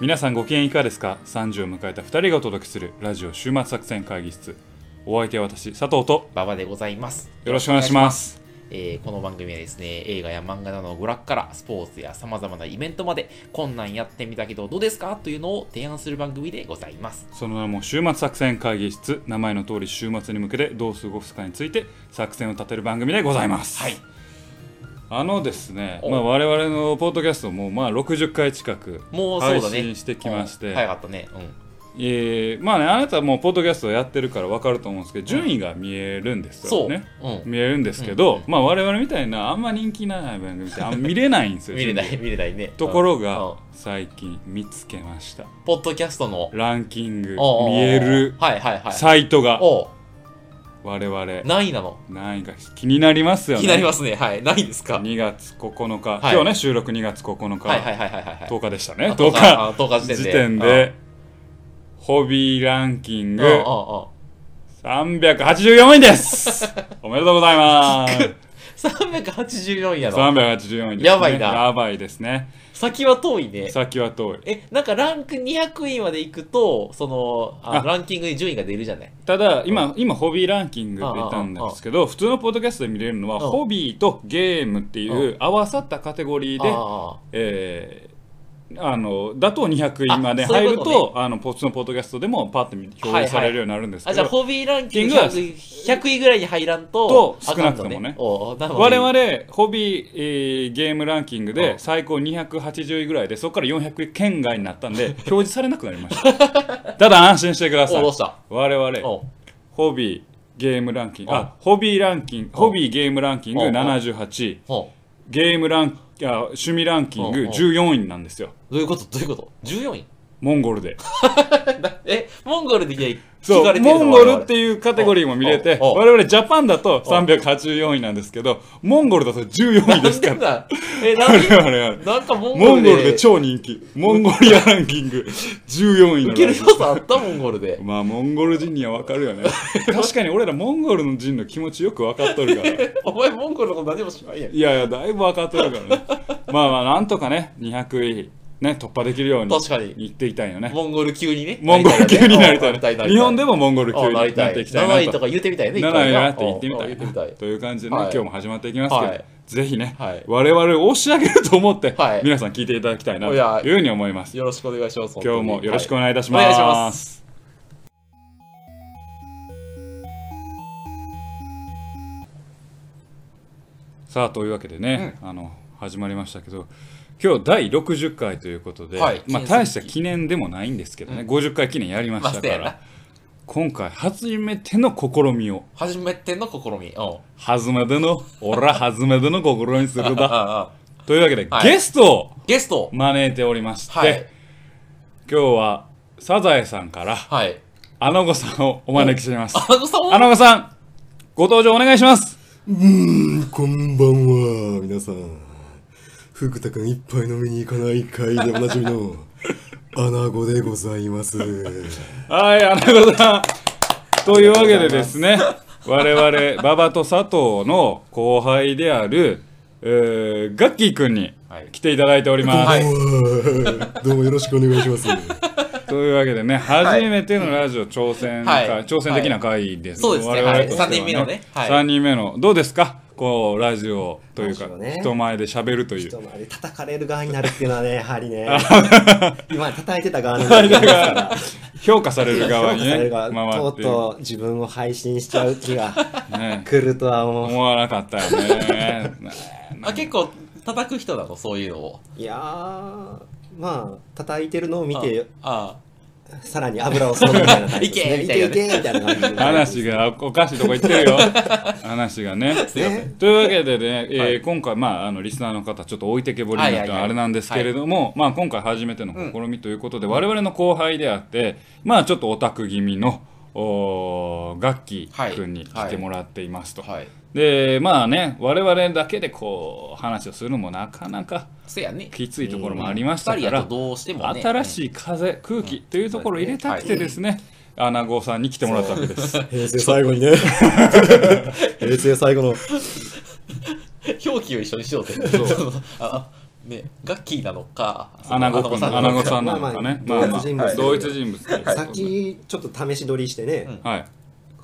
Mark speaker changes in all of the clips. Speaker 1: 皆さんご機嫌いかがですか ?30 を迎えた2人がお届けするラジオ週末作戦会議室。お相手は私、佐藤と
Speaker 2: 馬場でございます。
Speaker 1: よろしくお願いします。
Speaker 2: えーこの番組はですね、映画や漫画などの娯楽からスポーツや様々なイベントまで、こんなんやってみたけどどうですかというのを提案する番組でございます。
Speaker 1: その名も週末作戦会議室、名前の通り週末に向けてどう過ごすかについて作戦を立てる番組でございます。
Speaker 2: はい。
Speaker 1: あのですね、
Speaker 2: お
Speaker 1: まあ、我々のポッドキャストもまあ60回近く
Speaker 2: もうそうだね
Speaker 1: 配。信してきまして、
Speaker 2: うん早かったね。うん。
Speaker 1: えーまあね、あなたもうポッドキャストやってるから分かると思うんですけど順位が見えるんです
Speaker 2: そ
Speaker 1: よ
Speaker 2: う。
Speaker 1: ね。
Speaker 2: うん。
Speaker 1: 見えるんですけど、
Speaker 2: うん
Speaker 1: まあ、我々みたいなあんま人気ない番組って あんま見れないんですよ
Speaker 2: 見れな
Speaker 1: 順
Speaker 2: い、見れないね。
Speaker 1: 位ところが、
Speaker 2: うんうん
Speaker 1: 最近見つけました
Speaker 2: ポッドキャストの
Speaker 1: ランキング
Speaker 2: おうおうおう
Speaker 1: 見える
Speaker 2: はいはいはい。
Speaker 1: サイトが
Speaker 2: おう
Speaker 1: 我々
Speaker 2: 何位なの
Speaker 1: 何位か気になりますよね
Speaker 2: 気になりますね。はい。何位ですか
Speaker 1: 2月9日、
Speaker 2: はい
Speaker 1: 今日ね収録2月9日、
Speaker 2: はいはいはいはいはいはい。
Speaker 1: 10日でしたね
Speaker 2: あ
Speaker 1: 10
Speaker 2: 10
Speaker 1: 日
Speaker 2: あ10日時点で
Speaker 1: 時点でホビーランキン
Speaker 2: うん
Speaker 1: グ
Speaker 2: うんうん。
Speaker 1: 384位です おめでとうございます
Speaker 2: 384位やろ。
Speaker 1: 384位です、ね、
Speaker 2: やばいな
Speaker 1: やばいですね
Speaker 2: 先は遠いね。
Speaker 1: 先は遠い
Speaker 2: え、なんかランク200位まで行くと、その、あ
Speaker 1: あ
Speaker 2: ランキングに順位が出るじゃない。
Speaker 1: ただ今今ホビーランキング出たんですけど普通のポッドキャストで見れるのは
Speaker 2: うん
Speaker 1: ホビーとゲームっていう合わさったカテゴリーで
Speaker 2: あ
Speaker 1: えーあのだと200位まで
Speaker 2: あそう
Speaker 1: 入
Speaker 2: いう
Speaker 1: る
Speaker 2: こととね
Speaker 1: あの普通のポッドキャストでもパッと表示されるようになるんです
Speaker 2: あ、
Speaker 1: け
Speaker 2: じゃ
Speaker 1: ど、
Speaker 2: あ、ホビーランキング
Speaker 1: ランキ
Speaker 2: 100, 100位ぐらいに入らんと
Speaker 1: と、少なくともね
Speaker 2: あかんのおうなるほど
Speaker 1: 我々ホビー、えーゲームランキング
Speaker 2: う
Speaker 1: で
Speaker 2: ん
Speaker 1: 最高280位ぐらいでそこから400位圏外になったんで表示されなくなりましたた だ安心してくだ
Speaker 2: お
Speaker 1: さ
Speaker 2: うどう
Speaker 1: い
Speaker 2: した
Speaker 1: 我々
Speaker 2: おう
Speaker 1: ホビーゲームランキング
Speaker 2: うん
Speaker 1: あホビーランキングホビーゲームランキング
Speaker 2: うん
Speaker 1: 78位
Speaker 2: おう
Speaker 1: ゲームランあ趣味ランキング
Speaker 2: うん
Speaker 1: 14位なんですよ
Speaker 2: どういうことどういうこと ?14 位
Speaker 1: モンゴルで
Speaker 2: え、モンゴルで聞
Speaker 1: そ
Speaker 2: かれ
Speaker 1: う
Speaker 2: てるの
Speaker 1: モンゴルっていうカテゴリーも見れて
Speaker 2: おお
Speaker 1: 我々ジャパンだと384位なんですけどモンゴルだと14位ですか
Speaker 2: なんで
Speaker 1: ら
Speaker 2: だえ、なん
Speaker 1: 我
Speaker 2: で
Speaker 1: 々は
Speaker 2: なんかモン
Speaker 1: モ
Speaker 2: ゴ
Speaker 1: ン
Speaker 2: ル
Speaker 1: ゴ
Speaker 2: で。
Speaker 1: ルで超人気モンゴリアランキング14位の
Speaker 2: 受け
Speaker 1: ラ
Speaker 2: る
Speaker 1: ジ
Speaker 2: 要素あったモンゴルで
Speaker 1: オ。まあモンゴル人には分かるよね確かに俺らモンゴルの人の気持ちよく分かっとるから
Speaker 2: お前、モンゴルのこと何も知らんやん。
Speaker 1: いやいやだいぶ分かっとるからねまあまあなんとかね200位ね突破できるように
Speaker 2: 確かに。
Speaker 1: いっていきたいよね
Speaker 2: モンゴル級にね。
Speaker 1: モンゴル級になりたい,、
Speaker 2: なりたいなりたい
Speaker 1: 日本でもモンゴル級
Speaker 2: あ
Speaker 1: に
Speaker 2: なり
Speaker 1: な
Speaker 2: た
Speaker 1: っ
Speaker 2: い。
Speaker 1: ていきたいなと
Speaker 2: 7位とか言ってみたいね。
Speaker 1: 7位なって言ってみ
Speaker 2: ああ言ってみ
Speaker 1: た
Speaker 2: た
Speaker 1: い
Speaker 2: い。
Speaker 1: という感じでね、
Speaker 2: はい
Speaker 1: 今日も始まっていきますけど、
Speaker 2: はい
Speaker 1: ぜひね、
Speaker 2: はい
Speaker 1: 我々を押し上げると思って、
Speaker 2: はい
Speaker 1: 皆さん聞いていただきたいない
Speaker 2: や
Speaker 1: というふうに思います
Speaker 2: よろしくお願いします。
Speaker 1: 今日もよろしくお
Speaker 2: は
Speaker 1: 願い
Speaker 2: い
Speaker 1: いたし
Speaker 2: お願いし
Speaker 1: ま、
Speaker 2: ますす。
Speaker 1: さあというわけでね、あの始まりましたけど今日第60回ということで、
Speaker 2: はい
Speaker 1: まあ、
Speaker 2: 記念すべき
Speaker 1: 大した記念でもないんですけどね、50回記念やりましたか
Speaker 2: まあそうや
Speaker 1: ら、
Speaker 2: な
Speaker 1: 今回初めての試みを
Speaker 2: 初めての試み。うん。あ
Speaker 1: 初めての俺は初めての試みする
Speaker 2: あ
Speaker 1: だ
Speaker 2: ああ
Speaker 1: というわけで、
Speaker 2: はい
Speaker 1: ゲストを
Speaker 2: ゲスト。
Speaker 1: 招いておりまして、
Speaker 2: はい。
Speaker 1: 今日はサザエさんから
Speaker 2: はい。
Speaker 1: アナゴさんをお招きしています。
Speaker 2: あのさん
Speaker 1: アナゴさん、ご登場お願いします。
Speaker 3: こんばんは、皆さん。福田くん一杯飲みに行かない会でおなじみの、アナゴでございます。
Speaker 1: はい、アナゴ さん。というわけでですね、我々、馬場と佐藤の後輩である、えーガッキーくんに
Speaker 2: はい
Speaker 1: 来ていただいております。
Speaker 2: はい
Speaker 3: どうもよろしくお願いします。
Speaker 1: というわけでね、初めてのラジオ挑戦会、
Speaker 2: はい
Speaker 1: 挑戦的な会です。
Speaker 2: はいそうですね
Speaker 1: 我々として
Speaker 2: はい三人目のねはい
Speaker 1: 3人目の、どうですかこう、ラジオというか
Speaker 3: ラジオ、ね
Speaker 1: 人前で喋るという
Speaker 3: 人。前で叩かれる側になるっていうのはね、やはりね、今まで叩いてた側にな
Speaker 1: 我
Speaker 3: る
Speaker 1: 々
Speaker 3: から
Speaker 1: が評価される側
Speaker 3: 評価
Speaker 1: に
Speaker 3: され
Speaker 1: ね、
Speaker 3: る側
Speaker 1: 回
Speaker 3: と
Speaker 1: っ
Speaker 3: う
Speaker 1: ている
Speaker 3: とう自分を配信しちゃう気が
Speaker 1: ね、
Speaker 3: 来るとは思う。
Speaker 1: 思わなかったよね。
Speaker 2: あ、結構叩く人なの、そういうのを。
Speaker 3: いやー、まあ、叩いてるのを見て、
Speaker 2: あ
Speaker 3: さらに油を注ぐみたいな感じですね。
Speaker 2: い
Speaker 3: い
Speaker 2: け
Speaker 3: け
Speaker 2: み
Speaker 3: い
Speaker 2: たい
Speaker 3: けみたいな感じで。
Speaker 1: 話がおかしいとこ行ってるよ。話がね。
Speaker 3: ね。
Speaker 1: というわけでね、えー
Speaker 2: はい
Speaker 1: 今回、まあ、あのリスナーの方ちょっと置いてけぼりになっ
Speaker 2: は
Speaker 1: た
Speaker 2: いはいはい
Speaker 1: あれなんですけれども、まあ、今回初めての試みということで、我々の後輩であって、まあ、ちょっとオタク気味のおーガッキー君に来てもらっていますと。
Speaker 2: あ。はい。
Speaker 1: でまあね我々だけでこう話をするのもなかなか
Speaker 2: せやね。
Speaker 1: きついところもありました
Speaker 2: 二
Speaker 1: か
Speaker 2: 人や
Speaker 1: ら
Speaker 2: と、どうしてもね。
Speaker 1: 新しい風空気というところを入れたくてですね、アナゴさんに来てもらったわけです。
Speaker 3: 平成最後にね。平成最後の。
Speaker 2: うん表記を一緒にしようって。
Speaker 1: う
Speaker 2: そのあね、ガッキーなのか、
Speaker 1: アナゴくん、
Speaker 2: さん
Speaker 1: アナ
Speaker 2: なの
Speaker 1: ゴ
Speaker 2: か
Speaker 1: さんなのかね。ま
Speaker 4: まあ
Speaker 1: あ
Speaker 4: まあ
Speaker 1: まあ、同
Speaker 4: 同
Speaker 1: 一
Speaker 4: 一
Speaker 1: 人物ということで。
Speaker 4: 先ちょっと試し撮りしてね、
Speaker 2: うん
Speaker 1: はい。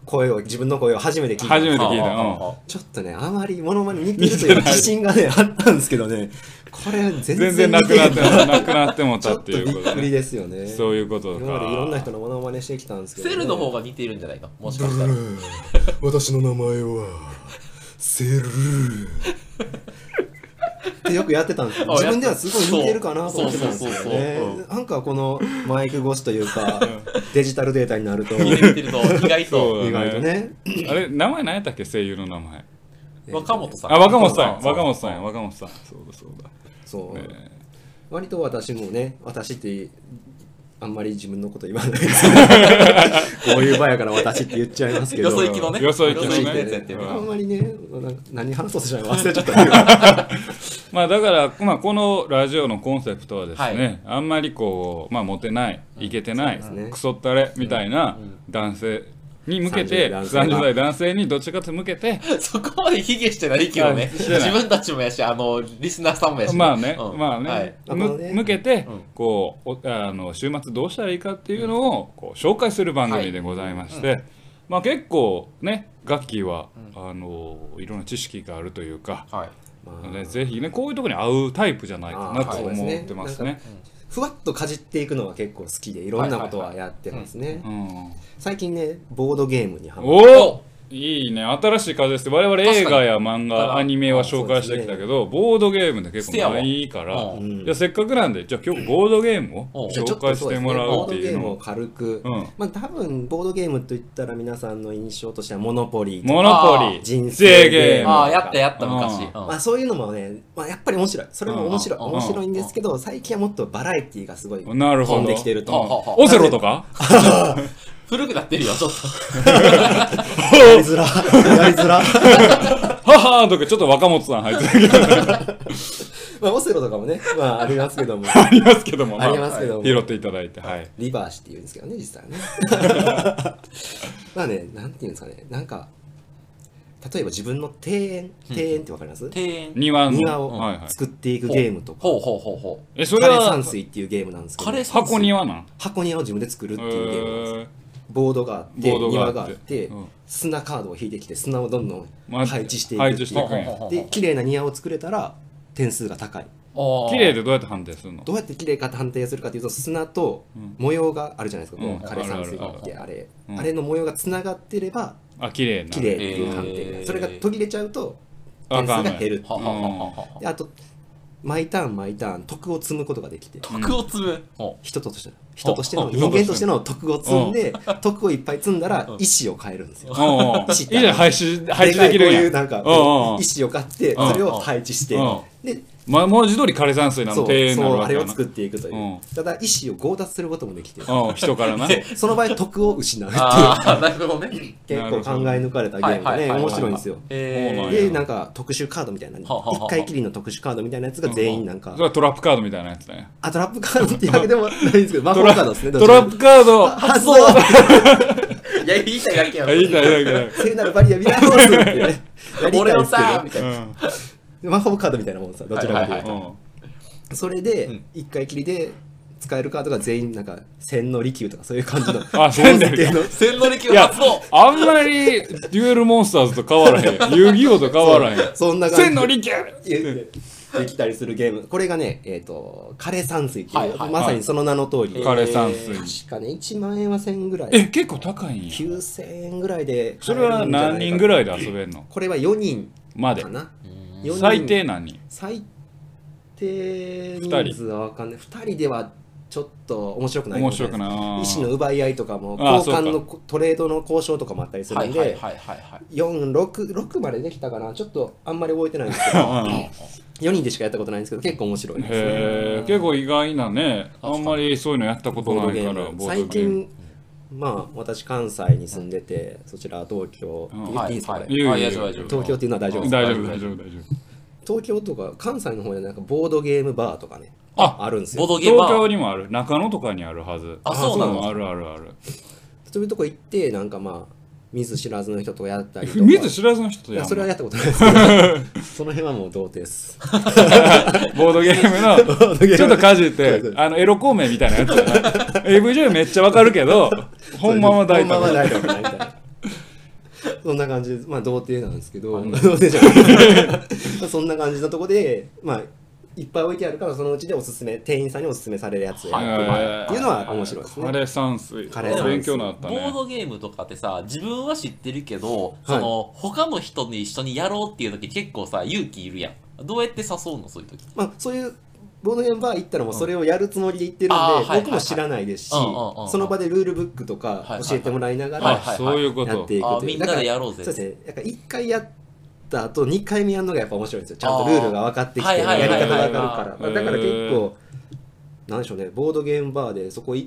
Speaker 4: 声を自分の声を初めて聞いた
Speaker 1: 初めて聞い
Speaker 2: ああああ
Speaker 1: た。うん
Speaker 2: ああ
Speaker 4: ちょっとねあまりモノマネ似てるという自信がねあったんですけどねこれ全然
Speaker 1: 全然なくなっ て
Speaker 4: 似て
Speaker 1: も、なくなっても
Speaker 4: ち
Speaker 1: た
Speaker 4: ょっ
Speaker 1: って
Speaker 4: とび
Speaker 1: いうこ
Speaker 4: っ
Speaker 1: と
Speaker 4: くり
Speaker 1: ね。
Speaker 4: ですよね
Speaker 1: そういうことか。
Speaker 4: 今までいろんな人のモノマネしてきたんですけど、
Speaker 2: セ
Speaker 4: ね、
Speaker 2: ルの方が似てるんじゃないのもし
Speaker 4: ブ
Speaker 2: か
Speaker 4: ル
Speaker 2: したら。
Speaker 4: ー私の名前はセルってよくやってたんですよ
Speaker 2: あ
Speaker 4: 自分ではすごい似てるかなと思ってたんです
Speaker 2: そう
Speaker 4: よ
Speaker 2: そうそうそうう
Speaker 4: ねなんかこのマイク越しというかデジタルデータになると
Speaker 2: 似
Speaker 4: 意
Speaker 2: てる似てると、意外
Speaker 1: そう
Speaker 2: と。
Speaker 4: 外とね
Speaker 1: あれ、名前何やったっけ声優の名前。
Speaker 2: 若本さん。
Speaker 1: あ、若本さん、
Speaker 2: そう
Speaker 1: 若本さんや、若本さん。そうだ、そうだ。
Speaker 4: そう、
Speaker 1: え
Speaker 4: 割と私もね私ってあんまり自分のこと言わないです こういう場やから私って言っちゃいますけど
Speaker 2: よそ行きのね。
Speaker 1: よそ行
Speaker 4: よ
Speaker 1: き
Speaker 4: そ行き
Speaker 1: の
Speaker 4: の
Speaker 1: ね
Speaker 2: よそ行きやつやってる
Speaker 1: う
Speaker 4: あん
Speaker 2: ね。
Speaker 4: まりねな何話そうとしたのか忘れちゃった
Speaker 1: まあだから、まあ、このラジオのコンセプトはですね、
Speaker 2: はい
Speaker 1: あんまりこう、まあ、モテないイケてない、
Speaker 4: そうですね
Speaker 1: クソったれみたいな男性に向けて、
Speaker 4: 30
Speaker 1: 30,
Speaker 4: 代男性が
Speaker 1: 代男性にどっちかって向けて
Speaker 2: そこまで卑下してないけど
Speaker 1: あ
Speaker 2: ね。
Speaker 1: してない
Speaker 2: 自分たちもやし、あの、リスナーさんもやし。
Speaker 1: まあね、
Speaker 2: うん
Speaker 1: まあね,、
Speaker 2: はい
Speaker 4: あと
Speaker 1: む
Speaker 4: ね
Speaker 1: 向けて、
Speaker 2: うん
Speaker 1: こうおあの週末どうしたらいいかっていうのをこう紹介する番組でございまして、まあ、結構ねガッキーは、あのいろんな知識があるというか、
Speaker 2: はい。
Speaker 1: ね、ぜひねこういうところに合うタイプじゃないかなと
Speaker 4: あーそうです
Speaker 1: 思
Speaker 4: ね
Speaker 1: ってます
Speaker 4: なん
Speaker 1: ね
Speaker 4: か。 ふわっとかじっていくのは結構好きでいろんなことはやってますね
Speaker 1: うん
Speaker 4: 最近ねボードゲームにハマって
Speaker 1: おおいいね新しい風です我々映
Speaker 2: 確か
Speaker 1: 画
Speaker 2: に
Speaker 1: や漫画アニメは紹介してきたけど、ボードゲームで結構ないいから、
Speaker 2: うん
Speaker 1: じゃあせっかくなんでじゃあ今日ボードゲーム
Speaker 2: う
Speaker 1: を
Speaker 2: ん
Speaker 4: じゃあちょ
Speaker 1: 紹
Speaker 4: っと
Speaker 1: 介
Speaker 4: そ
Speaker 1: し
Speaker 4: う
Speaker 1: て
Speaker 4: ですね
Speaker 1: もらう
Speaker 4: ボ
Speaker 1: ってい
Speaker 4: ードゲ
Speaker 1: う
Speaker 4: ーム
Speaker 1: の
Speaker 4: を
Speaker 1: を
Speaker 4: 軽く、
Speaker 1: うん
Speaker 4: まあ多分ボードゲームといったら皆さんの印象としてはモノポリーとか
Speaker 1: モノポリー
Speaker 4: 人
Speaker 1: 人
Speaker 4: 生
Speaker 1: 生
Speaker 4: ゲ
Speaker 1: ゲ
Speaker 4: ー
Speaker 1: ー
Speaker 4: ム
Speaker 1: ム
Speaker 2: ああ、やったやった、
Speaker 1: うん
Speaker 2: 昔。うん
Speaker 4: まあ、そういうのもね、まあ、やっぱり面白いそれも面白い
Speaker 2: うん
Speaker 4: 面白いんですけど最近はもっとバラエティーがすごい
Speaker 1: なるほ
Speaker 4: 飛
Speaker 1: ど
Speaker 4: んできてる
Speaker 2: ほうほう
Speaker 4: と
Speaker 2: ほ
Speaker 1: オセロと か
Speaker 2: 古くなってるよ、ちょっと。
Speaker 4: やり づらやりづら
Speaker 1: ははーとかちょっと若本さん入ってるけど
Speaker 4: まあオセロとかもね、まあ、ありますけども
Speaker 1: あり ますけども、
Speaker 4: ありますけども
Speaker 1: 拾っていただいてはい
Speaker 4: リバーシっていうんですけどね実際はね まあねなんていうんですかねなんか例えば自分の庭園庭園ってわかります、
Speaker 2: 庭園。
Speaker 1: 庭の
Speaker 4: 庭
Speaker 1: はい
Speaker 4: を
Speaker 1: はい、
Speaker 4: 作っていくゲームとか、
Speaker 2: ほうほうほうほ
Speaker 1: えそ
Speaker 4: 枯
Speaker 1: れ
Speaker 4: れ
Speaker 1: は
Speaker 4: 山水っていうゲームなんですけど
Speaker 2: 枯れ山
Speaker 1: 箱庭なん
Speaker 4: 箱庭を自分で作るっていうゲームなんです
Speaker 1: えー
Speaker 4: ボードがあって
Speaker 1: ボード
Speaker 4: 庭
Speaker 1: があって
Speaker 4: があって、
Speaker 1: うん
Speaker 4: 砂カードを引いてきて砂をどんどん
Speaker 1: まあ
Speaker 4: 配置していく
Speaker 1: 配置していくん
Speaker 2: ほうほう
Speaker 1: や
Speaker 2: ほう
Speaker 4: で綺麗な庭を作れたら点数が高いう
Speaker 2: ああ。
Speaker 1: 綺麗でどうやって判定するの
Speaker 4: どうやって綺麗かって判定するかというと砂と
Speaker 1: うん
Speaker 4: 模様があるじゃないですか、こう
Speaker 1: うん
Speaker 4: 枯山水
Speaker 1: あるあるある
Speaker 4: ってあれあ
Speaker 1: うん
Speaker 4: れの模様がつながってれば
Speaker 1: あ綺麗な
Speaker 4: 綺麗っていう判定、
Speaker 2: へー
Speaker 4: それが途切れちゃうと
Speaker 1: あ
Speaker 4: 点数
Speaker 1: か
Speaker 4: が
Speaker 1: んのや
Speaker 4: 減る
Speaker 2: ははははは
Speaker 4: であと毎ターン毎ターン徳を積むことができて
Speaker 2: 徳を積む。ほう
Speaker 4: 人としての人として
Speaker 2: あ
Speaker 4: の
Speaker 1: あ
Speaker 4: 人間としての徳を積んで徳をいっぱい積んだら
Speaker 2: うん
Speaker 4: 石を変えるんですよ
Speaker 1: おうおういい
Speaker 4: 知
Speaker 1: じ
Speaker 4: った
Speaker 1: ゃん配置配
Speaker 4: で
Speaker 1: 置
Speaker 4: か
Speaker 1: でき
Speaker 4: いこう
Speaker 1: るんや
Speaker 4: いうなんか
Speaker 1: おうおう
Speaker 4: 石を買って
Speaker 1: うん
Speaker 4: それを配置して
Speaker 1: うん
Speaker 4: で
Speaker 1: ま文字通り枯れ山水な
Speaker 4: そ
Speaker 1: の
Speaker 4: う
Speaker 1: 庭園にな
Speaker 4: そ
Speaker 1: る
Speaker 4: う
Speaker 1: わ
Speaker 4: あ
Speaker 1: け
Speaker 4: れ
Speaker 1: や
Speaker 4: を
Speaker 1: な
Speaker 4: 作っていくといううんただ石を強奪することもできてる
Speaker 1: うん人から な
Speaker 4: その場合徳を失うっていう
Speaker 2: ああ、なるほどね。
Speaker 4: 結構考え抜かれたゲームでね面白いんですよ
Speaker 2: え
Speaker 1: そうなんや
Speaker 4: でなんか特殊カードみたいな
Speaker 2: ははは
Speaker 4: 一回きりの特殊カードみたいなやつが全員なんか
Speaker 1: それはトラップカードみたいなやつだね
Speaker 4: あトラップカードっていうわけでもないんですけど魔法
Speaker 1: ト
Speaker 4: カ
Speaker 1: ラ
Speaker 4: ードですね
Speaker 1: トラップカードあ
Speaker 4: 発想
Speaker 2: いや、言いたいだけやん。
Speaker 1: いいだいいだいいだ
Speaker 4: 聖なるバリア見られますっていうね
Speaker 2: 俺のさ、みたいな。
Speaker 1: う
Speaker 4: 魔法カードみたいなもんさどちらかというと、
Speaker 2: はいはい
Speaker 1: ん
Speaker 2: は
Speaker 1: うん
Speaker 4: それで
Speaker 2: ん
Speaker 4: 一回きりで使えるカードが全員なんか千利休とかそういう感じの
Speaker 1: あ千利休
Speaker 4: 豪勢の
Speaker 2: 千利休
Speaker 1: いや
Speaker 2: 発動
Speaker 1: あんまりデュエルモンスターズと変わらへん遊戯王と変わらへん
Speaker 4: そんな感じ
Speaker 1: 千の利休
Speaker 4: でできたりするゲームこれがねえっ、と枯山水っていう、
Speaker 2: はいはいはい
Speaker 4: まさにその名の通り、
Speaker 1: 枯れ山水
Speaker 4: 確かね1万円は1000円ぐら
Speaker 1: え
Speaker 4: い
Speaker 1: 結構高いんや
Speaker 4: 9000円ぐらいで
Speaker 1: それは何人ぐら
Speaker 4: い
Speaker 1: いで遊べんの
Speaker 4: これは4人
Speaker 1: まで
Speaker 4: かな四人
Speaker 1: 最低何人
Speaker 4: 最低人数は分かんない2人ではちょっと面白くないか
Speaker 1: 面
Speaker 4: もしれ
Speaker 1: 白
Speaker 4: な
Speaker 1: くな
Speaker 4: い
Speaker 1: い
Speaker 4: 意思の奪い合いとかも
Speaker 1: あー
Speaker 4: 交換の
Speaker 1: そう
Speaker 4: こトレードの交渉とかもあったりする
Speaker 2: は
Speaker 4: ん
Speaker 2: いはいはい
Speaker 4: で
Speaker 2: はいはい。
Speaker 4: 466までできたかなちょっとあんまり覚えてないんですけど 4人でしかやったことないんですけど結構面白いですね
Speaker 1: へえ結構意外なね
Speaker 2: 確かに
Speaker 1: あんまりそういうのやったこと
Speaker 4: ボード
Speaker 1: な
Speaker 4: ゲ
Speaker 1: い
Speaker 4: ー
Speaker 1: か
Speaker 4: ム
Speaker 1: らボード
Speaker 4: 最
Speaker 1: ゲーム
Speaker 4: 近まあ私関西に住んでてそちら東京
Speaker 1: うん
Speaker 4: 言っ
Speaker 2: は
Speaker 4: ていいで
Speaker 2: い
Speaker 4: すか
Speaker 2: は
Speaker 4: こ
Speaker 2: い。
Speaker 4: れ
Speaker 1: いやいや
Speaker 2: あ大丈夫
Speaker 4: 東京っていうのは大丈夫です
Speaker 1: 大丈夫大丈夫大丈夫
Speaker 4: 東京とか関西の方でなんかボードゲームバーとかね
Speaker 1: あ
Speaker 4: あるんです
Speaker 2: ボー
Speaker 4: よ
Speaker 2: ドゲー
Speaker 1: 東
Speaker 2: マー。
Speaker 1: 京にもある中野とかにあるはず
Speaker 2: あそうなの
Speaker 1: あるあるある
Speaker 4: そういうとこ行ってなんかまあ見ず知らずの人とやったりとか
Speaker 1: 見ず知らずの人と
Speaker 4: い
Speaker 1: や
Speaker 4: や
Speaker 1: ん
Speaker 4: それ
Speaker 1: の
Speaker 4: はやったことないで すけどその辺はもう童貞です
Speaker 1: ボードゲー ム
Speaker 4: ードゲー
Speaker 1: の
Speaker 4: ム
Speaker 1: ちょっとかじって
Speaker 4: そうそう
Speaker 1: あのエロ孔明みたいなやつだな AV 女優めっちゃわかるけ ど本番は大
Speaker 4: ほんまは
Speaker 1: 体
Speaker 4: 大丈夫ないみたいな そんな感じでまあ童貞なんですけど、
Speaker 2: はい
Speaker 4: 童貞じゃない そんな感じのとこでまあいっぱい置いてあるからそのうちでおすすめ店員さんにおすすめされるやつ選ぶとかっていうのは面白いですね、
Speaker 1: 枯れ山水
Speaker 4: 枯山水
Speaker 1: 勉強になった
Speaker 2: ボー
Speaker 1: ね
Speaker 2: ドゲームとかってさ、自分は知ってるけど、
Speaker 4: い
Speaker 2: その、他の人に一緒にやろうっていう時結構さ、勇気いるやん。どうやって誘うのそういう時。
Speaker 4: まあ、そういうボードゲームバー行ったらもうそれをやるつもりで行ってるんで、
Speaker 2: うんあーはいはいはい
Speaker 4: 僕も知らないですし、
Speaker 2: うんうんうんうん
Speaker 4: その場でルールブックとか
Speaker 2: はいはい
Speaker 4: 教えてもらいな
Speaker 2: は
Speaker 4: が
Speaker 2: い
Speaker 4: ら
Speaker 1: あそういうこ
Speaker 4: や
Speaker 1: と
Speaker 4: っていく
Speaker 2: あ
Speaker 4: とい
Speaker 2: みん
Speaker 4: う。
Speaker 2: な
Speaker 4: だ
Speaker 2: で
Speaker 4: から
Speaker 2: やろうぜ
Speaker 4: そうですね。だから1回やった後2回目やるのがやっぱ面白いんですよ。ちゃんとルールが分かってき
Speaker 2: あ
Speaker 4: て、
Speaker 2: ーは
Speaker 4: や
Speaker 2: い
Speaker 4: り
Speaker 2: はいはい
Speaker 4: 方
Speaker 2: はい
Speaker 4: が分かるから。まあだから
Speaker 1: へ
Speaker 4: 結
Speaker 1: ー
Speaker 4: 構、なんでしょうね、ボードゲームバーでそこ1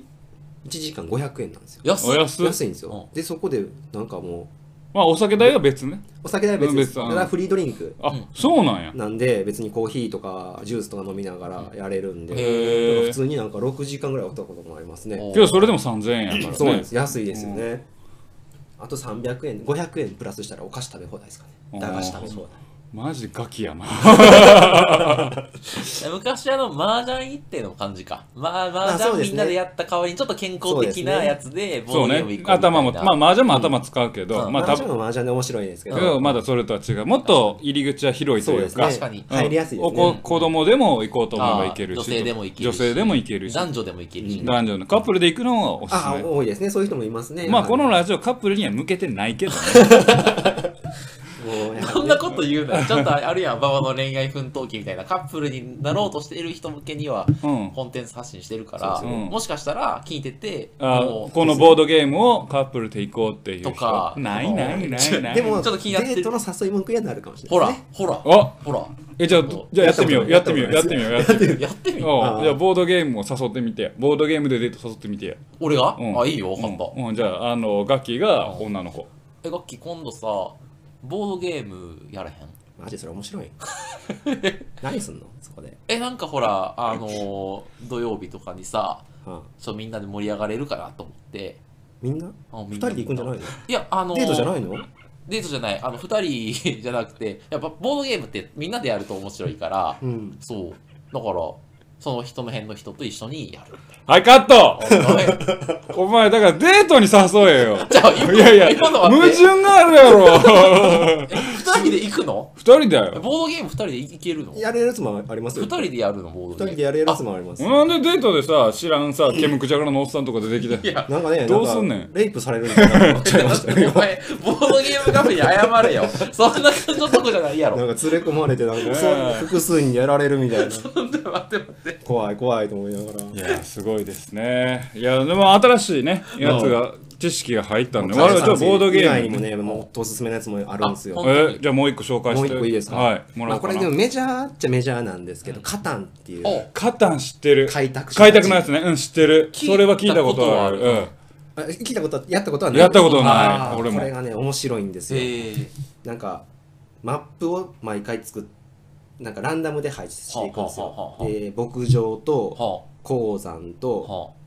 Speaker 4: 時間500円なんですよ。
Speaker 2: 安
Speaker 1: お
Speaker 2: い。
Speaker 1: 安い
Speaker 4: 安いんですよ。で、そこでなんかも
Speaker 1: まあお酒代は別ね
Speaker 4: う、お酒代は別です。
Speaker 1: うん別
Speaker 4: ただフリードリンク。
Speaker 1: あそうなんや
Speaker 4: なんで別にコーヒーとかジュースとか飲みながらやれるんで、
Speaker 2: へ
Speaker 1: ー
Speaker 4: だから普通になんか6時間ぐらいおったこともありますね
Speaker 2: お
Speaker 1: けどそれでも3000円やからね
Speaker 4: そうなんです安いですよね、あと300円500円プラスしたらお菓子食べ放題ですか
Speaker 1: おー
Speaker 4: ね駄菓子食べ放
Speaker 1: マジガキやな
Speaker 2: 昔あの、麻雀一定の感じか。まあ、麻
Speaker 4: あそう
Speaker 2: 雀
Speaker 4: ですね
Speaker 2: みんなでやった代わりに、ちょっと健康的なやつで、
Speaker 1: そう
Speaker 2: ボードゲ
Speaker 1: ね
Speaker 2: ーム行こうみたいな
Speaker 1: 頭もまあ麻雀も頭使うけど、
Speaker 2: うん
Speaker 1: ま
Speaker 4: 題
Speaker 1: あ
Speaker 4: 麻
Speaker 1: た
Speaker 4: 雀の麻雀で面白いですけど、
Speaker 1: けどまだそれとは違うもっと入り口は広いと
Speaker 4: そう
Speaker 1: い
Speaker 4: で
Speaker 1: う
Speaker 4: すね
Speaker 1: か
Speaker 2: 確かに
Speaker 4: 入りやすいです
Speaker 1: お子
Speaker 4: ね
Speaker 1: 子供でも行こうと思えば行けるし
Speaker 2: あー女性でも行けるし
Speaker 1: 女性でも行けるし
Speaker 2: 男女でもいけるし。
Speaker 1: 男女のカップルで行くのはおすす
Speaker 4: ああ多いですねそういう人もいますね
Speaker 1: めまあこの
Speaker 4: も
Speaker 1: ラジオカップルには向けてない けどね
Speaker 4: うやっぱ
Speaker 2: そんなこと言うなよちょっとあるやん、馬場の恋愛奮闘記みたいな、カップルになろうとしている人向けには、
Speaker 1: うん
Speaker 2: コンテンツ発信してるから、
Speaker 1: そうですね
Speaker 2: もしかしたら聞いてて、
Speaker 1: あ
Speaker 2: もう
Speaker 1: このボードゲームをカップルで行こうっていう人
Speaker 2: とか
Speaker 1: ないないないない
Speaker 4: でも
Speaker 2: ちょっと気になってる
Speaker 4: デートの誘い文句にはなるかもしれ
Speaker 2: ほ
Speaker 4: ない
Speaker 2: ら
Speaker 4: ですね、
Speaker 2: ほら、
Speaker 1: あ
Speaker 2: ほら、
Speaker 1: えじゃあじゃあやってみようや
Speaker 4: や
Speaker 1: っ
Speaker 4: ってたこ
Speaker 1: み
Speaker 4: と
Speaker 1: よう
Speaker 4: な
Speaker 1: や
Speaker 4: い
Speaker 1: ってみようやってみよう
Speaker 2: やってみよう。
Speaker 1: お
Speaker 4: あ
Speaker 1: う
Speaker 4: ー
Speaker 1: じゃあボードゲームを誘ってみてボードゲームでデート誘ってみてや
Speaker 2: 俺が、
Speaker 1: うん
Speaker 2: あ、いいよ、わかった。
Speaker 1: うんうんじゃああのガキが女の子
Speaker 2: え、ガッキー、今度さ、ボードゲームやらへん
Speaker 4: マジそれ面白い 何すんのそこで、
Speaker 2: え、なんかほら、あのー土曜日とかにさ、
Speaker 4: はあ、
Speaker 2: ちょっとみんなで盛り上がれるかなと思って、
Speaker 4: みんな
Speaker 2: あみ
Speaker 4: 二
Speaker 2: んな
Speaker 4: 人で行くんじゃないの
Speaker 2: いや、あの
Speaker 4: デートじゃないいの
Speaker 2: デートじゃない、あの、二人じゃなくて、やっぱボードゲームってみんなでやると面白いから、
Speaker 4: うん
Speaker 2: そう。だから、その人の辺の人と一緒にやる。
Speaker 1: はいカッ ト
Speaker 2: あダメ
Speaker 1: お前だからデートに誘えよ
Speaker 2: じゃあ、今
Speaker 1: いやいや
Speaker 2: 今のは
Speaker 1: 矛
Speaker 2: ね
Speaker 1: 盾があるや ろ
Speaker 2: 二人で行くの
Speaker 1: 二人だよ
Speaker 2: ボードゲーム二人で行けるの
Speaker 4: やれるやつもあります
Speaker 2: 二
Speaker 4: よ
Speaker 2: 人でやるの、ボードゲー
Speaker 4: 二人で
Speaker 2: ム。
Speaker 4: やれるやつもあります
Speaker 1: なんでデートでさ知らんさ煙くちゃからのおっさんとか出てきて
Speaker 4: なんかね、
Speaker 1: どうすんねん
Speaker 4: なかレイプされるんだ なと思っちゃいました
Speaker 2: お前、ボードゲームカフェに謝れよ。そんな感じのとこじゃないや
Speaker 4: なん
Speaker 2: ろ。
Speaker 4: か連れ込まれて、なんかそう複数にやられるみ たいな。
Speaker 2: 待って待って。
Speaker 4: 怖い怖いと思いながら。
Speaker 1: いやすごいですねいやでも新しいねやつが知識が入ったんで我々ちょっとボードゲ
Speaker 4: 以外
Speaker 1: ー
Speaker 4: にも
Speaker 1: ム
Speaker 4: ね、もうおすすめのやつもあるんですよ。
Speaker 2: あ
Speaker 4: も
Speaker 2: ほん
Speaker 1: えじゃあもう一個紹介して
Speaker 4: う一個いいですか、
Speaker 1: はいも
Speaker 4: ま
Speaker 1: らお
Speaker 4: あ
Speaker 1: う
Speaker 4: こ
Speaker 1: か
Speaker 4: れ
Speaker 1: な、
Speaker 4: でもメジャーっちゃメジャーなんですけど、カタンっていう
Speaker 2: お
Speaker 1: カタン知ってる
Speaker 4: 開拓者
Speaker 1: 開拓のやつねうん知ってる
Speaker 2: 聞いた
Speaker 1: それは聞いたことある
Speaker 2: ことはある
Speaker 4: あ聞いたこと、やったことはない
Speaker 1: やったことない
Speaker 4: あー
Speaker 1: 俺も
Speaker 4: これがね、面白いんですよ。
Speaker 2: え
Speaker 4: なんか、マップを毎回作っなんかランダムで配置していくんです
Speaker 2: はあは
Speaker 4: よ
Speaker 2: あは。あはあ
Speaker 4: で、牧場
Speaker 2: ー、
Speaker 4: と
Speaker 2: は
Speaker 4: 鉱山
Speaker 2: あ、
Speaker 4: と、
Speaker 2: は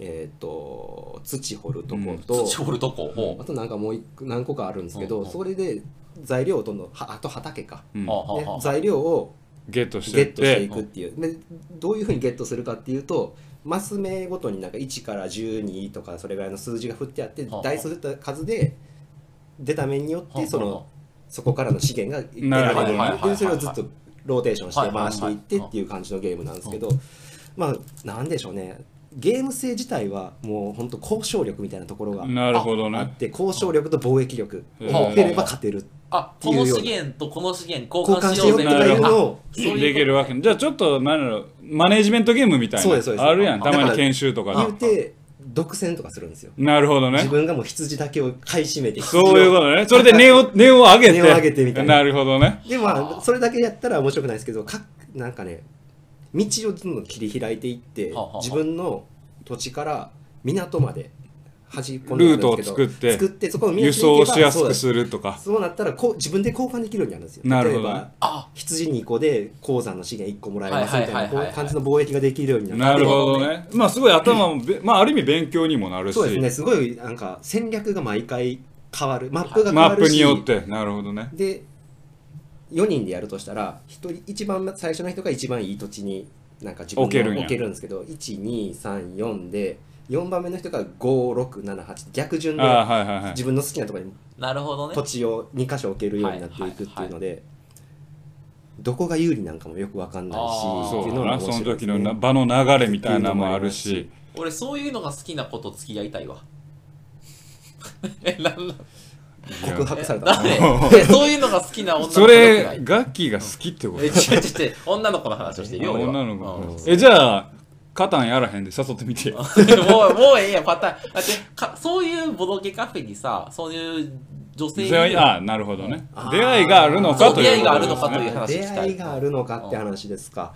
Speaker 4: えっ、と、土掘るとこ
Speaker 2: あ。
Speaker 4: と、
Speaker 2: 土掘るとこ、ほ
Speaker 4: あとなんかもう一個何個かあるんですけど、
Speaker 2: うんうん
Speaker 4: それで材料をどんどんはあと畑か、
Speaker 1: うん
Speaker 2: う。はあ、はあ、は
Speaker 4: で
Speaker 2: あ。
Speaker 4: 材料を
Speaker 1: ゲットして
Speaker 4: ゲ
Speaker 1: っ
Speaker 4: ットしてい
Speaker 1: て
Speaker 4: くっていうでどういうふうにゲットするかっていうとマス目ごとになんか1から12とかそれぐらいの数字が振ってあって
Speaker 2: はあ
Speaker 4: 台数振った数で出た面によっ
Speaker 2: はあ
Speaker 4: てそのそこからの資源が得
Speaker 1: なる
Speaker 4: ら
Speaker 1: ほど
Speaker 4: れる
Speaker 2: はいはいはいはい
Speaker 4: でそれをずっとローテーションして回していって
Speaker 2: はいはいはい
Speaker 4: っていう感じのゲームなんですけどまあなんでしょうねゲーム性自体はもう本当交渉力みたいなところが
Speaker 1: なるほど
Speaker 4: あっ
Speaker 1: ね
Speaker 4: て交渉力と貿易力を持ってれば勝てる
Speaker 2: あ、この資源とこの資源交換
Speaker 4: 交換
Speaker 2: し
Speaker 4: し
Speaker 2: よ
Speaker 4: よ
Speaker 2: う
Speaker 4: う
Speaker 2: ぜ
Speaker 4: と
Speaker 2: み
Speaker 4: か
Speaker 2: た
Speaker 4: い
Speaker 2: いうな。
Speaker 4: のを
Speaker 2: そういうこと
Speaker 1: できるわけねじゃあちょっとなんだろうマネージメントゲームみたい
Speaker 4: そうですそうで
Speaker 1: な
Speaker 4: す
Speaker 1: あるやんたま
Speaker 4: だか
Speaker 1: に
Speaker 4: ら
Speaker 1: 研修と
Speaker 4: 言
Speaker 1: か
Speaker 4: う
Speaker 1: で
Speaker 4: て独占とかするんですよ
Speaker 1: なるほど
Speaker 4: 自
Speaker 1: ね
Speaker 4: 分がもう羊だけを買い占めて
Speaker 1: そういうことねそれで値を値を上げて
Speaker 4: 値を上げてみたいな
Speaker 1: るほどね
Speaker 4: でまあそれだけやったら面白くないですけどかなんかね道をどんどん切り開いていって
Speaker 2: はあはあ
Speaker 4: 自分の土地から港まで端っこにあるんですけ
Speaker 1: ルートを作
Speaker 4: ど
Speaker 1: って
Speaker 4: 作ってそこを
Speaker 1: 輸送しやすくするとか
Speaker 4: そうなったらこう自分で交換できるようになるんですよ。
Speaker 1: なるほど
Speaker 4: 例えば
Speaker 2: あ
Speaker 4: 羊2個で鉱山の資源1個もらえますみたい
Speaker 2: はい
Speaker 4: な
Speaker 2: はいはい
Speaker 4: こ
Speaker 2: は
Speaker 4: う
Speaker 2: い
Speaker 4: いう感じの貿易ができるようになって
Speaker 1: なるほどねまあすごい頭もべまあある意味勉強にもなるし
Speaker 4: そうですね、すごいなんか戦略が毎回変わるマップが変わ
Speaker 1: マ
Speaker 4: るし
Speaker 1: ップによってなるほどね
Speaker 4: で4人でやるとしたら一人一番最初の人が一番いい土地になんか自分
Speaker 1: 置けるん
Speaker 4: の
Speaker 1: や
Speaker 4: 置けるんですけど1234で4番目の人が5678逆順で
Speaker 1: あーはいはいはい
Speaker 4: 自分の好きなところに
Speaker 2: なるほどね
Speaker 4: 土地を2箇所置けるようになっていくっていうのでどこが有利なんかもよく分かんないし
Speaker 2: あー
Speaker 4: っ
Speaker 1: そ
Speaker 4: ていううの
Speaker 1: だ
Speaker 4: が
Speaker 1: な
Speaker 4: 面
Speaker 1: その
Speaker 4: 白いで
Speaker 1: 時
Speaker 4: す
Speaker 1: の
Speaker 4: ね
Speaker 1: な場の流れみたいなのもある
Speaker 4: ってい
Speaker 1: し
Speaker 2: 俺そういうのが好きな子と付き合いたいわえなんなん
Speaker 4: 告白された
Speaker 2: なん でえそういうのが好きな女の子と
Speaker 1: そ
Speaker 2: 付き
Speaker 1: れ
Speaker 2: 合い
Speaker 1: ガッキーが好きってこ
Speaker 2: え違う
Speaker 1: と
Speaker 2: 違う違う女の子の話をしてるよ俺は
Speaker 1: 女の
Speaker 2: うん
Speaker 1: 子えじゃあカタンやらへんで誘ってみてよ
Speaker 2: もう、もうええやん、パターン。だって、かそういうボドゲカフェにさ、そういう女性
Speaker 1: 出会いあなるほどね出会いがあるのかという
Speaker 2: そう出会いがあるのかという
Speaker 1: ことですね
Speaker 2: 話した
Speaker 4: 出
Speaker 2: い
Speaker 4: 会いがあるのかって話ですか、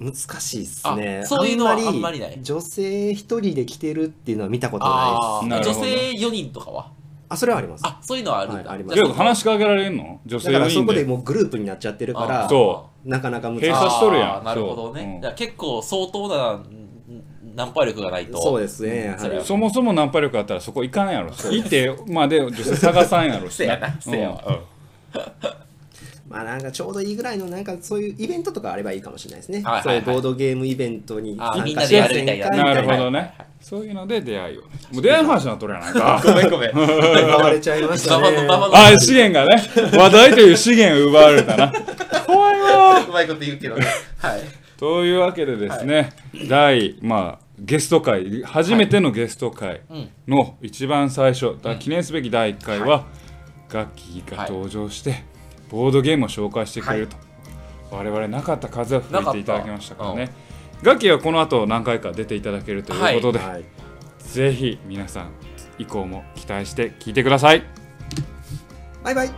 Speaker 4: 難しいっすね
Speaker 2: あそういうのは
Speaker 4: んまり
Speaker 2: あんまりない
Speaker 4: 女性一人で来てるっていうのは見たこと
Speaker 2: あ
Speaker 4: ない
Speaker 2: あ、
Speaker 1: な
Speaker 2: 女
Speaker 4: です
Speaker 1: るほど
Speaker 2: 性4人とかは
Speaker 4: あそれはあります
Speaker 2: あ、そういうのはあるんだ。
Speaker 4: はいありま
Speaker 1: い
Speaker 4: す
Speaker 1: や話しかけられんの女性
Speaker 4: だから
Speaker 1: 4
Speaker 4: そ
Speaker 1: 人
Speaker 4: こで
Speaker 1: で
Speaker 4: もうグループになっちゃってるか
Speaker 2: あ
Speaker 4: ら
Speaker 1: そ
Speaker 4: なかなか難しい
Speaker 1: 閉鎖しとるやん
Speaker 2: あーなるほど
Speaker 1: そう
Speaker 2: ね
Speaker 1: う。ん
Speaker 2: じゃあ結構相当な、んナンパ力がないと。
Speaker 4: そうですね
Speaker 2: それ
Speaker 4: は
Speaker 2: はい
Speaker 1: そもそもナンパ力あったらそこ行かんやろ行ってまで女性探さんやろし
Speaker 2: せやな、せやわ。
Speaker 4: まあなんかちょうどいいぐらいのなんかそういうイベントとかあればいいかもしれないですね、
Speaker 2: はいはい
Speaker 4: そう
Speaker 2: はいいう
Speaker 4: ボードゲームイベントに
Speaker 2: あーみん
Speaker 4: 参加
Speaker 2: な
Speaker 4: し
Speaker 2: でや
Speaker 4: ま
Speaker 2: るみ
Speaker 4: せん
Speaker 2: たいな
Speaker 4: かみたい
Speaker 1: な
Speaker 4: な
Speaker 1: るほ
Speaker 4: は
Speaker 1: どねそういうので出会いをもう出会いの話なっとるやないか
Speaker 2: ご めんごめん。
Speaker 4: い奪われちゃいました
Speaker 2: ババのババ
Speaker 4: ね
Speaker 2: の。
Speaker 1: あ資源がね話題という資源を奪われたな怖いわ
Speaker 2: うまいこと言うけどね。 はい。
Speaker 1: というわけでですね、第まあゲスト会初めてのゲスト会
Speaker 2: うん。
Speaker 1: の一番最初、だ記念すべき第1回は、ガッキーが登場して、ボードゲームを紹介してくれると、我々なかった風を吹いていただきましたから
Speaker 2: な
Speaker 1: ね、ガッキーはこの後何回か出ていただけるということで、
Speaker 4: はい
Speaker 1: ぜひ皆さん以降も期待して聞いてください。
Speaker 4: バイバイ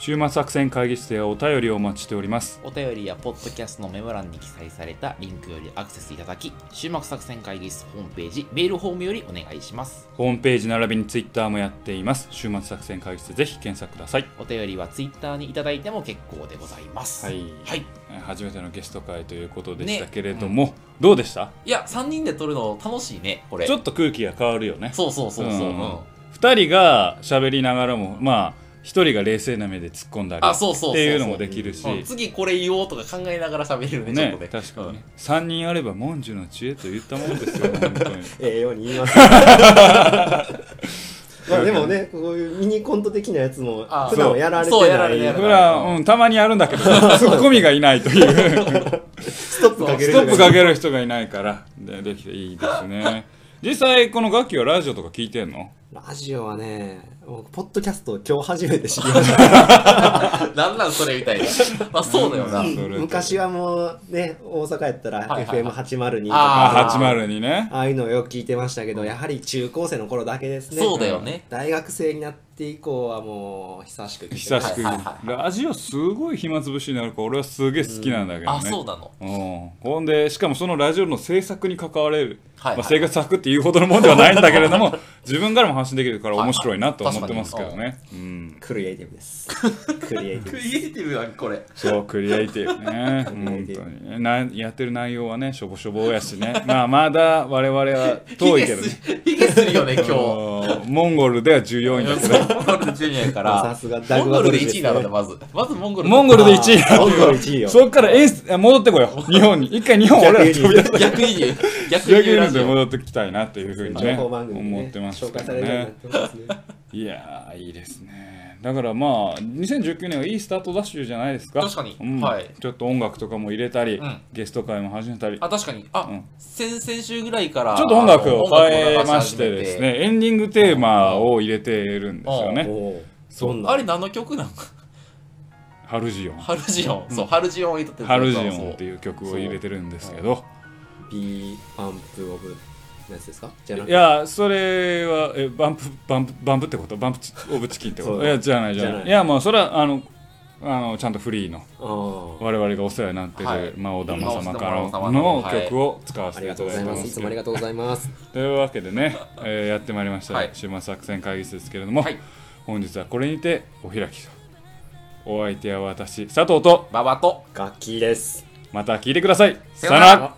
Speaker 1: 週末作戦会議室ではお便りをお待ちしております。
Speaker 2: お便りやポッドキャストのメモ欄に記載されたリンクよりアクセスいただき、終幕作戦会議室ホームページ、メールフォームよりお願いします。
Speaker 1: ホームページ並びにツイッターもやっています。週末作戦会議室ぜひ検索ください。
Speaker 2: お便りはツイッターにいただいても結構でございます。
Speaker 1: はい
Speaker 2: い。
Speaker 1: 初めてのゲスト会ということでしたけれども、どうでした
Speaker 2: いや、3人で撮るの楽しいね、これ。
Speaker 1: ちょっと空気が変わるよね。
Speaker 2: そうそうそうそう。
Speaker 1: うん
Speaker 2: うん
Speaker 1: 2人が喋りながらもまあ1人が冷静な目で突っ込んだり
Speaker 2: あそうそうそうそう
Speaker 1: っていうのもできるし、
Speaker 2: うん次これ言おうとか考えながら喋れるね、ちょ
Speaker 1: ね
Speaker 2: っとね。
Speaker 1: 確かに
Speaker 2: う
Speaker 1: ね
Speaker 2: ん、
Speaker 1: 3人あれば文殊の知恵と言ったもんですよ本当に
Speaker 4: ええように言います。 まあでもね、こういうミニコント的なやつも
Speaker 2: あー
Speaker 4: 普段はやられ
Speaker 2: そうそう
Speaker 4: て
Speaker 2: やられてや
Speaker 4: な
Speaker 2: ら
Speaker 1: そ
Speaker 2: れて
Speaker 4: い
Speaker 1: れは、うん、たまにやるんだけ どツッコミがいないという
Speaker 4: ストップかけ
Speaker 1: ス
Speaker 4: る
Speaker 1: トップかける人がいないからでできていいですね実際この楽器はラジオとか聞いてんの
Speaker 4: ラジオはね、僕ポッドキャストを今日初めて知りま した。
Speaker 2: なんなんそれみたいな。まあそうだよな。
Speaker 1: それ
Speaker 4: 昔はもうね、大阪やったら
Speaker 2: はいはいはい
Speaker 4: FM802 と
Speaker 2: あ
Speaker 1: あ
Speaker 4: か、
Speaker 1: 802ね
Speaker 4: ああいうのをよく聞いてましたけど、やはり中高生の頃だけですね。
Speaker 2: そうだよね。
Speaker 4: 大学生になって以降はもう久しく聞いてます
Speaker 1: 久しく、
Speaker 2: はいはいはい
Speaker 1: ラジオすごい暇つぶしになるから俺はすげえ好きなんだけどね、
Speaker 2: あ、そうなの。
Speaker 1: うん、ほんでしかもそのラジオの制作に関われる、
Speaker 2: はい
Speaker 1: まあ、生活作っていうほどのもんではないんだけれども自分からも発信できるから面白いなと思ってますけどね、うん、
Speaker 4: クリエイティ ブです。クリエイティ
Speaker 2: ク
Speaker 4: ブ。
Speaker 2: リエイティブだ、これ。
Speaker 1: そうクリエイティブね本当にねなやってる内容はねしょぼしょぼやしねまあまだ我々は遠いけどね
Speaker 2: ヒゲするよね、今日。
Speaker 1: うんモンゴルでは14位だけど
Speaker 2: モンゴルでジュニアやから。
Speaker 4: さすが
Speaker 2: モ
Speaker 4: ダ
Speaker 2: ン
Speaker 4: グ
Speaker 2: ゴ
Speaker 4: ワ
Speaker 2: ル
Speaker 4: ド
Speaker 2: で
Speaker 4: ルジ
Speaker 2: 1位
Speaker 4: ですね
Speaker 2: なので、まず。まず モンゴル。
Speaker 1: モンゴルで1位
Speaker 4: あーモンゴル1位 よ。
Speaker 1: そっからエース戻ってこよう日本に一回日本俺ら飛び出す
Speaker 2: 逆に言う。逆に
Speaker 1: 逆
Speaker 2: 言う
Speaker 1: 輸
Speaker 2: ラ
Speaker 1: 入
Speaker 2: ジ
Speaker 1: で
Speaker 2: オ。
Speaker 1: 戻ってきたいなというふうに
Speaker 4: 情
Speaker 1: ね
Speaker 4: 報番組にね
Speaker 1: 思ってます
Speaker 4: 紹
Speaker 1: け
Speaker 4: 介さ
Speaker 1: ど
Speaker 4: れるようにな
Speaker 1: ね
Speaker 4: ってますね。
Speaker 1: いやーいいですねだからまあ2019年はいいスタートダッシュじゃないですか
Speaker 2: 確かに
Speaker 1: うん
Speaker 2: はい
Speaker 1: ちょっと音楽とかも入れたり、
Speaker 2: うん
Speaker 1: ゲスト会も始めたりちょ
Speaker 2: あ、確かに。あ、
Speaker 1: うん
Speaker 2: 先々週ぐらいから。
Speaker 1: っと音楽を
Speaker 2: あの音楽
Speaker 1: 変え
Speaker 2: 流
Speaker 1: ま
Speaker 2: 始
Speaker 1: し
Speaker 2: め
Speaker 1: てですねエンディングテーマを入れてるんですよね
Speaker 4: おお、
Speaker 1: そ
Speaker 4: そうう
Speaker 2: あれ何の曲なの
Speaker 1: ハルジオン
Speaker 2: ハルジオン、そう、ハルジオンを歌ってる
Speaker 1: ハルジオンっていう曲を入れてるんですけど
Speaker 4: B アンプオブのやつですかじゃな
Speaker 1: い
Speaker 4: くて
Speaker 1: やそれはえバンプバンプバンプってことバンプチオブチキンってこ
Speaker 4: そ
Speaker 1: と
Speaker 4: う
Speaker 1: いやじゃないじゃ
Speaker 4: じゃ
Speaker 1: な
Speaker 4: ないい
Speaker 1: いやもうそれはあのあのちゃんとフリーの
Speaker 4: あー
Speaker 1: 我々がお世話になってる、
Speaker 2: はい
Speaker 1: まあ、小田正様から
Speaker 2: 小田正
Speaker 1: の
Speaker 2: 様からの
Speaker 1: 曲を使わ
Speaker 4: あ
Speaker 1: せて
Speaker 4: り
Speaker 1: い
Speaker 4: が
Speaker 1: た
Speaker 4: とう
Speaker 1: だいて
Speaker 4: ござい
Speaker 1: ま
Speaker 4: ますすいつも
Speaker 1: け
Speaker 4: あり
Speaker 1: ど
Speaker 4: がとうございます
Speaker 1: というわけでね、えーやってまいりました、
Speaker 2: はい
Speaker 1: 週末作戦会議室ですけれども、
Speaker 2: はい
Speaker 1: 本日はこれにてお開きとお相手は私佐藤と
Speaker 2: ババと
Speaker 4: 楽器です
Speaker 1: また聞いてください
Speaker 2: さよなら